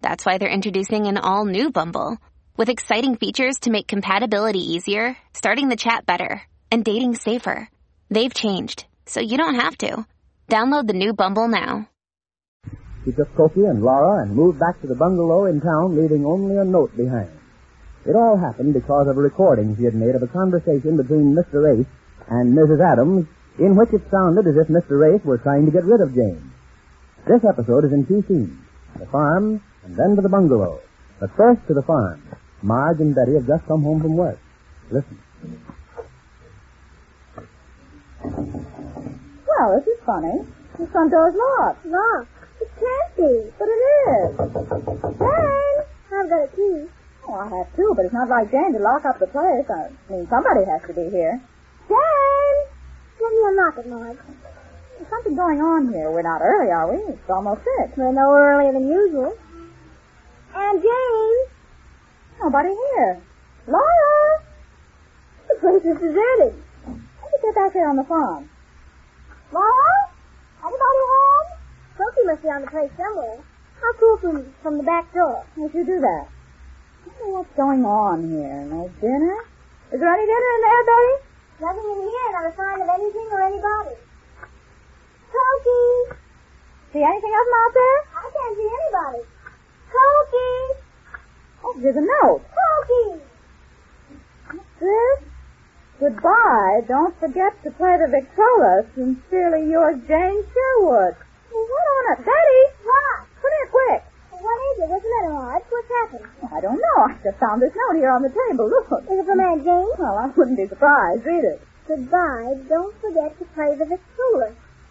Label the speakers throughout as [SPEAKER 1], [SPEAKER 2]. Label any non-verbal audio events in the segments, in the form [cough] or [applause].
[SPEAKER 1] that's why they're introducing an all new Bumble with exciting features to make compatibility easier, starting the chat better, and dating safer. They've changed, so you don't have to. Download the new Bumble now.
[SPEAKER 2] She took Kofi and Laura and moved back to the bungalow in town, leaving only a note behind. It all happened because of a recording she had made of a conversation between Mr. Race and Mrs. Adams, in which it sounded as if Mr. Race were trying to get rid of James. This episode is in two scenes, the farm and then to the bungalow. But first to the farm. Marge and Betty have just come home from work. Listen.
[SPEAKER 3] Well, this is funny. The front door's locked.
[SPEAKER 4] Locked? It can't be.
[SPEAKER 3] But it is.
[SPEAKER 4] Jane! I've got a key.
[SPEAKER 3] Oh, I have too, but it's not like Jane to lock up the place. I mean, somebody has to be here.
[SPEAKER 4] Jane! Give me a locket, Marge.
[SPEAKER 3] There's something going on here. We're not early, are we? It's almost six.
[SPEAKER 4] We're no earlier than usual. And Jane!
[SPEAKER 3] Nobody here. Laura!
[SPEAKER 4] The place is deserted.
[SPEAKER 3] How did you get back here on the farm? Laura? Anybody home?
[SPEAKER 4] Sophie must be on the place somewhere. I'll call from, from the back door.
[SPEAKER 3] If you do that. I don't know what's going on here. No dinner? Is there any dinner in there, Betty?
[SPEAKER 4] Nothing in here, not a sign of anything or anybody. Sophie!
[SPEAKER 3] See anything of them out there?
[SPEAKER 4] I can't see anybody. Sophie!
[SPEAKER 3] Oh, there's a note.
[SPEAKER 4] Sophie!
[SPEAKER 3] What's this? Goodbye. Don't forget to play the Victrola. Sincerely yours, Jane Sherwood. Well, what on it? Betty!
[SPEAKER 4] What?
[SPEAKER 3] Put it quick. Oh,
[SPEAKER 4] What is it? What's the matter, Marge? What's happened?
[SPEAKER 3] I don't know. I just found this note here on the table. Look.
[SPEAKER 4] Is it from Aunt Jane?
[SPEAKER 3] Well, I wouldn't be surprised. Read it.
[SPEAKER 4] Goodbye. Don't forget to play the Victrola.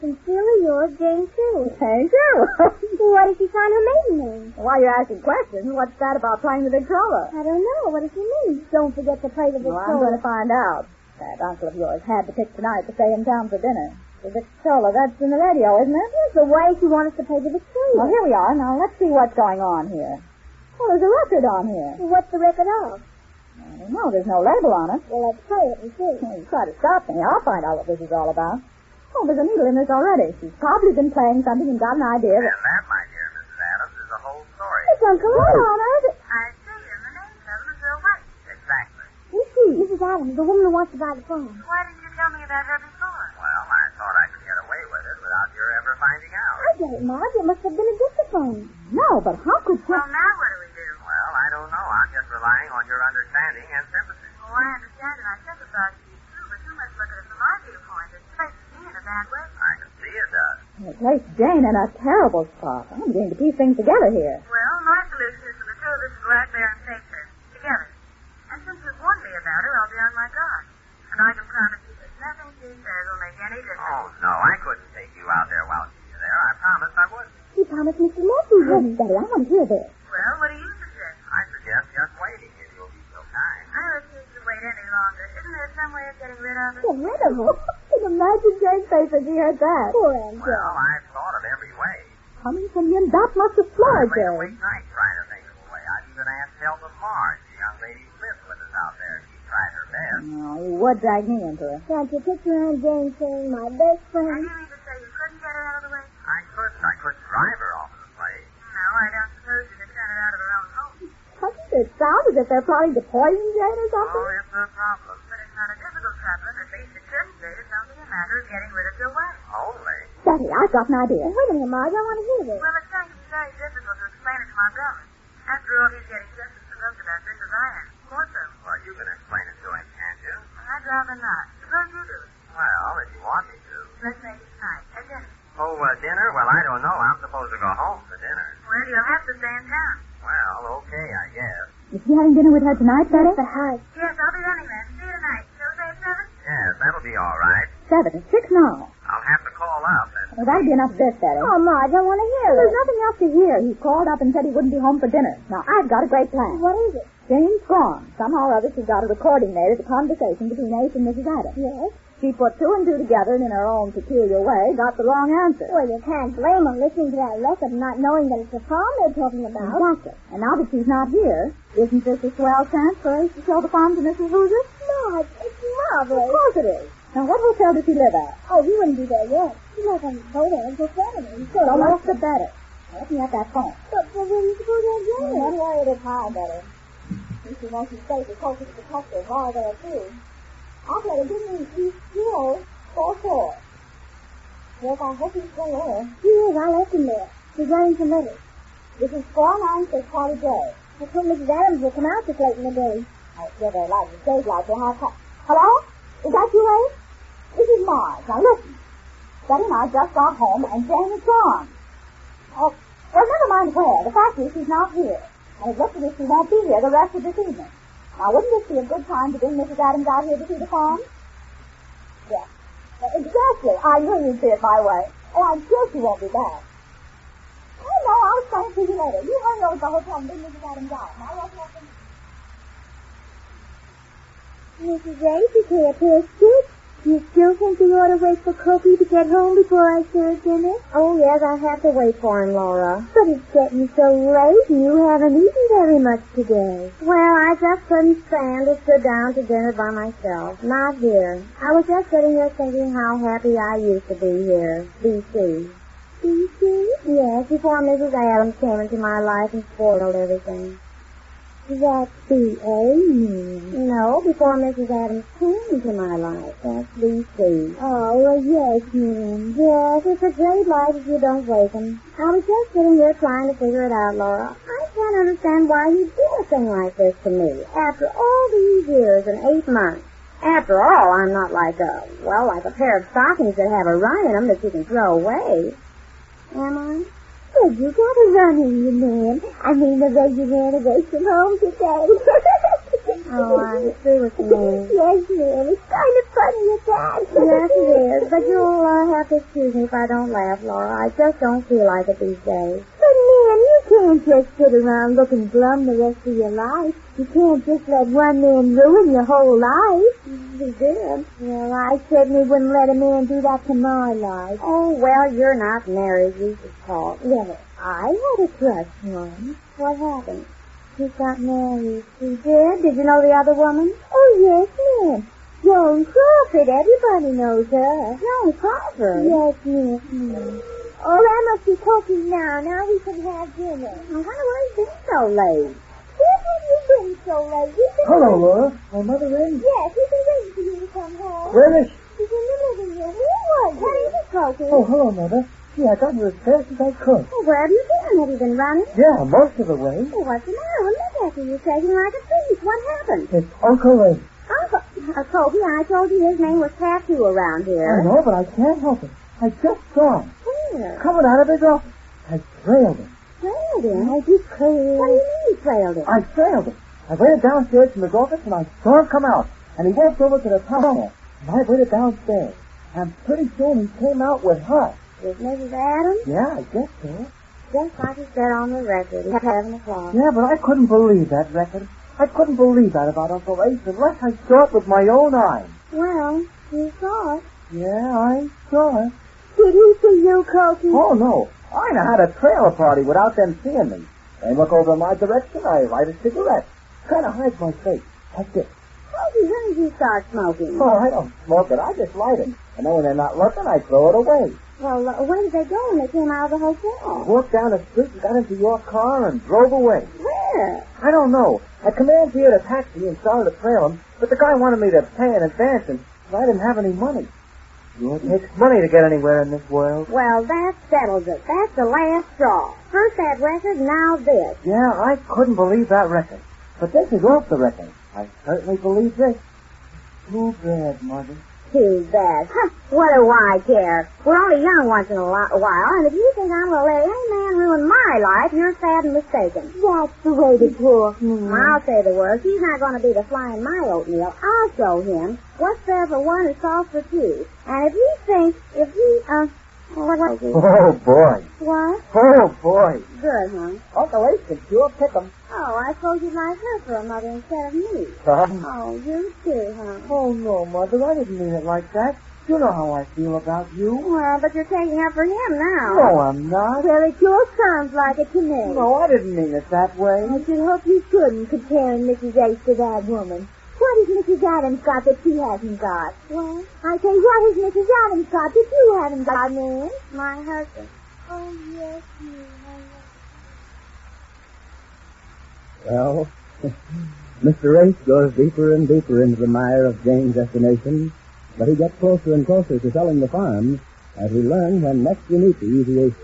[SPEAKER 4] Sincerely yours, Jane Sherwood.
[SPEAKER 3] Jane Sherwood.
[SPEAKER 4] [laughs] What if she sign her maiden name?
[SPEAKER 3] Why you're asking questions? What's that about playing the Victrola?
[SPEAKER 4] I don't know. What does she mean? Don't forget to play the
[SPEAKER 3] Well, I'm going
[SPEAKER 4] Victrola.
[SPEAKER 3] to find out. That uncle of yours had to pick tonight to stay in town for dinner. The Victrola, that's in the radio, isn't it?
[SPEAKER 4] Here's the way she wants us to play the
[SPEAKER 3] Well,
[SPEAKER 4] Victrola.
[SPEAKER 3] here we are. Now, let's see what's going on here. Well, there's a record on here.
[SPEAKER 4] What's the record of?
[SPEAKER 3] I don't know. There's no label on it.
[SPEAKER 4] Well, let's play it and see.
[SPEAKER 3] Well, you try to stop me. I'll find out what this is all about. Oh, there's a needle in this already. She's probably been playing something and got an idea.
[SPEAKER 5] And
[SPEAKER 3] that-
[SPEAKER 5] that, my dear Mrs. Adams, is the whole story.
[SPEAKER 4] It's Uncle
[SPEAKER 3] What
[SPEAKER 4] Ron.
[SPEAKER 3] on earth?
[SPEAKER 5] I see, and the name's Mademoiselle White. Exactly.
[SPEAKER 4] Who's she? Mrs. Adams, the woman who wants to buy the farm.
[SPEAKER 5] Why didn't you tell me about her before? Well, I thought I could get away with it without your ever finding out.
[SPEAKER 4] I get it, Marge. It must have been a discipline.
[SPEAKER 3] No, but how could she...
[SPEAKER 5] Well, now what do we do? Well, I don't know. I'm just relying on your understanding and sympathy. Oh, I understand and I sympathize with you, too, but you must look at it from my viewpoint. It takes me in a bad way. I can see it does.
[SPEAKER 3] It placed Jane in a terrible spot. I'm beginning to piece things together here.
[SPEAKER 5] Well, my solution is for the two of us to go out there and face her together. And since you've warned me about her, I'll be on my guard. And I can promise you that nothing she says will make any difference. Oh, no, I couldn't take you out there while she's there. I promised I wouldn't.
[SPEAKER 4] She promised Mr. Murphy wouldn't, Betty. I want to hear this.
[SPEAKER 5] Well, what do you suggest? I suggest just waiting, if you'll be so kind. I refuse to wait any longer. Isn't there some way of getting rid of her?
[SPEAKER 4] Get rid of her.
[SPEAKER 3] [laughs] can imagine Jane's face when she heard that.
[SPEAKER 4] Poor Aunt Jane.
[SPEAKER 5] Well, I've thought of every way.
[SPEAKER 3] Coming from him, that must have floored
[SPEAKER 5] I've
[SPEAKER 3] Jane.
[SPEAKER 5] awake night trying to think of a way. I've even asked help of Marge, the young lady who lives with us out there. She tried her best.
[SPEAKER 3] No, you would drag me into it.
[SPEAKER 4] Can't you picture Aunt Jane saying, my best
[SPEAKER 6] Do
[SPEAKER 4] friend?
[SPEAKER 6] you mean to say you couldn't get her out of the way?
[SPEAKER 5] I couldn't. I couldn't drive her off the place.
[SPEAKER 6] No, I don't suppose you could turn her out of her own home.
[SPEAKER 3] Doesn't it sound as if they're planning to poison Jane or something?
[SPEAKER 5] Oh, it's a problem.
[SPEAKER 6] But it's not a difficult problem. At least it shouldn't be. It's only a matter of getting rid of your wife.
[SPEAKER 5] Only.
[SPEAKER 3] Betty, I've got an idea.
[SPEAKER 4] Wait a minute, Marge. I want to hear this.
[SPEAKER 6] Well, it's going to be very difficult to explain it to Montgomery. After all, he's getting just as provoked about this as I am. More so.
[SPEAKER 5] Well, you can explain it to him, can't you?
[SPEAKER 6] I'd rather not. It Suppose you do it.
[SPEAKER 5] Well, if you want me to.
[SPEAKER 6] Let's make it tonight. At dinner.
[SPEAKER 5] Oh, uh, dinner? Well, I don't know. I'm supposed to go home for dinner.
[SPEAKER 6] Well, you'll have to stay in town.
[SPEAKER 5] Well, okay, I guess.
[SPEAKER 3] Is he having dinner with her tonight, Betty?
[SPEAKER 4] The house.
[SPEAKER 6] Yes, I'll be running then. See you tonight. Tuesday at 7?
[SPEAKER 5] Yes, that'll be all right.
[SPEAKER 3] Seven. It's six now.
[SPEAKER 5] I'll have to call up and.
[SPEAKER 3] Well, that'd be enough of this, Betty.
[SPEAKER 4] Oh, Ma, I don't want to hear
[SPEAKER 3] There's
[SPEAKER 4] it.
[SPEAKER 3] nothing else to hear. He called up and said he wouldn't be home for dinner. Now, I've got a great plan.
[SPEAKER 4] What is it?
[SPEAKER 3] Jane's gone. Somehow or other, she's got a recording made of the conversation between Ace and Mrs. Adams.
[SPEAKER 4] Yes.
[SPEAKER 3] She put two and two together and in her own peculiar way got the wrong answer.
[SPEAKER 4] Well, you can't blame him listening to that record and not knowing that it's a farm they're talking about.
[SPEAKER 3] Exactly. And now that she's not here, isn't this a swell chance for Ace to show the farm to Mrs. Hoosier?
[SPEAKER 4] No, it's, it's
[SPEAKER 3] Of
[SPEAKER 4] marvelous.
[SPEAKER 3] course it is. Now, what hotel does she live at?
[SPEAKER 4] Oh, we wouldn't be there yet. He's not going to go there until Saturday. So
[SPEAKER 3] So much the better. Let me have that phone.
[SPEAKER 4] But but we need to go there again. One way at a time, better. If she wants to stay the culture to protect her, why there too? Operator, give me two zero four four. Yes, I hope he's still there. He is. I left him there. He's writing some letters. This is four nine six Hardy J. I told Mrs. Adams will come out this late in the day. I feel very loud. The stage lights will have cut. Hello? Is that you, Ace?
[SPEAKER 3] eh? This is Mars. Now listen. Betty and I just got home and Jane is gone. Oh, well, never mind where. The fact is she's not here. And it looks as if she won't be here the rest of this evening. Now, wouldn't this be a good time to bring Mrs. Adams out here to see the farm? Yes. Uh, Exactly. I knew you'd see it my way. Oh, And I'm sure she won't be back. Oh, no, I'll explain it to you later. You hurry over to the hotel and bring Mrs. Adams out. Now, let's let them...
[SPEAKER 4] Mrs. Ace is here, Biscuit. You still think you ought to wait for Cookie to get home before I serve dinner? Oh, yes, I have to wait for him, Laura. But it's getting so late and you haven't eaten very much today. Well, I just couldn't stand to sit down to dinner by myself. Not here. I was just sitting here thinking how happy I used to be here. B.C. B.C.? Yes, before Mrs. Adams came into my life and spoiled everything. That's B.A. No, before Mrs. Adams came into my life. That's B.C. Oh, well, yes, ma'am. Yes, it's a great life if you don't waken. I was just sitting here trying to figure it out, Laura. I can't understand why you did a thing like this to me after all these years and eight months. After all, I'm not like a, well, like a pair of stockings that have a run in them that you can throw away. Am I? Did you got a run in you, man? I mean, the way you ran away from home today. [laughs] oh, I see what you mean. Yes, ma'am. It's kind of funny at that. yes, it is. But you'll uh, have to excuse me if I don't laugh, Laura. I just don't feel like it these days. But, ma'am, you can't just sit around looking glum the rest of your life. You can't just let one man ruin your whole life. He did. Well, I certainly wouldn't let a man do that to my life. Oh, well, you're not married. You just talk. Yes. I had a crush once. What happened? He got married. He did? Did you know the other woman? Oh, yes, ma'am. Joan Crawford. Everybody knows her. Joan Crawford? Yes, yes, ma'am. Oh, that must be cooking now. Now we can have dinner. Now, why were you been so late? Where have you been so late? You've been
[SPEAKER 2] Hello, Laura. My mother in?
[SPEAKER 4] Yes, we've been waiting for you to come home.
[SPEAKER 2] Where is she?
[SPEAKER 4] She's in the living room. Where was you? Where is it, Cokey?
[SPEAKER 2] Oh, hello, Mother. Gee, I got here as fast as I could.
[SPEAKER 4] Oh, where have you been? Have you been running?
[SPEAKER 2] Yeah, most of the way.
[SPEAKER 4] Oh, what's the matter? Well, look at you. You're shaking like a thief. What happened?
[SPEAKER 2] It's Uncle Abe.
[SPEAKER 4] Uncle, uh, Cokey, I told you his name was Tattoo around
[SPEAKER 2] I
[SPEAKER 4] here.
[SPEAKER 2] know, but I can't help it. I just saw him
[SPEAKER 4] Where?
[SPEAKER 2] coming out of his office. I trailed him.
[SPEAKER 4] Trailed him. Oh, you trailed What do you mean you trailed him?
[SPEAKER 2] I trailed him. I waited downstairs from his office and I saw him come out. And he walked over to the tunnel. And I waited downstairs. And pretty soon he came out with her.
[SPEAKER 4] With Mrs. Adams?
[SPEAKER 2] Yeah, I guess so.
[SPEAKER 4] Just like he said on the record. He's having a clock.
[SPEAKER 2] Yeah, but I couldn't believe that record. I couldn't believe that about Uncle Ace unless I saw it with my own eyes.
[SPEAKER 4] Well, you saw it.
[SPEAKER 2] Yeah, I saw it.
[SPEAKER 4] Did he see you, Cokey?
[SPEAKER 2] Oh, no. I know how to trail a party without them seeing me. They look over in my direction, I light a cigarette. Kind of hides my face. That's it.
[SPEAKER 4] Cokey, when did you start smoking?
[SPEAKER 2] Oh, I don't smoke it. I just light it. And then when they're not looking, I throw it away.
[SPEAKER 4] Well, uh, where did they go when they came out of the
[SPEAKER 2] I
[SPEAKER 4] hotel?
[SPEAKER 2] walked down the street and got into your car and drove away.
[SPEAKER 4] Where?
[SPEAKER 2] I don't know. I commanded here a taxi and started to trail him, but the guy wanted me to pay in advance, and I didn't have any money. You know, It takes money to get anywhere in this world.
[SPEAKER 4] Well, that settles it. That's the last straw. First that record, now this.
[SPEAKER 2] Yeah, I couldn't believe that record. But this is off the record. I certainly believe this. Too bad, Marty.
[SPEAKER 4] too bad. Huh, what do I care? We're only young once in a li- while, and if you think I'm going to let any man ruin my life, you're sad and mistaken. That's the way to talk, I'll say the words. He's not going to be the fly in my oatmeal. I'll show him what's there for one is soft for two. And if he thinks, if he, uh, what was it?
[SPEAKER 2] Oh, boy.
[SPEAKER 4] [laughs] What?
[SPEAKER 2] Oh, boy.
[SPEAKER 4] Good, huh?
[SPEAKER 3] Uncle Ace could sure pick 'em.
[SPEAKER 4] Oh, I suppose you'd like her for a mother instead of me.
[SPEAKER 2] Son,
[SPEAKER 4] Oh, you too, huh?
[SPEAKER 3] Oh, no, Mother, I didn't mean it like that. You know how I feel about you.
[SPEAKER 4] Well, but you're taking up for him now.
[SPEAKER 3] No, I'm not.
[SPEAKER 4] Well, it sure sounds like it to me.
[SPEAKER 3] No, I didn't mean it that way.
[SPEAKER 4] I should hope you couldn't comparing Mrs. Ace to that woman. What has Mrs. Adams got that she hasn't got? What? I say, what has Mrs. Adams got that you haven't got, man? My husband. Oh, yes, you
[SPEAKER 2] Well, [laughs] Mr. Race goes deeper and deeper into the mire of Jane's estimation, but he gets closer and closer to selling the farm as we learn when next we meet the Easy Ace.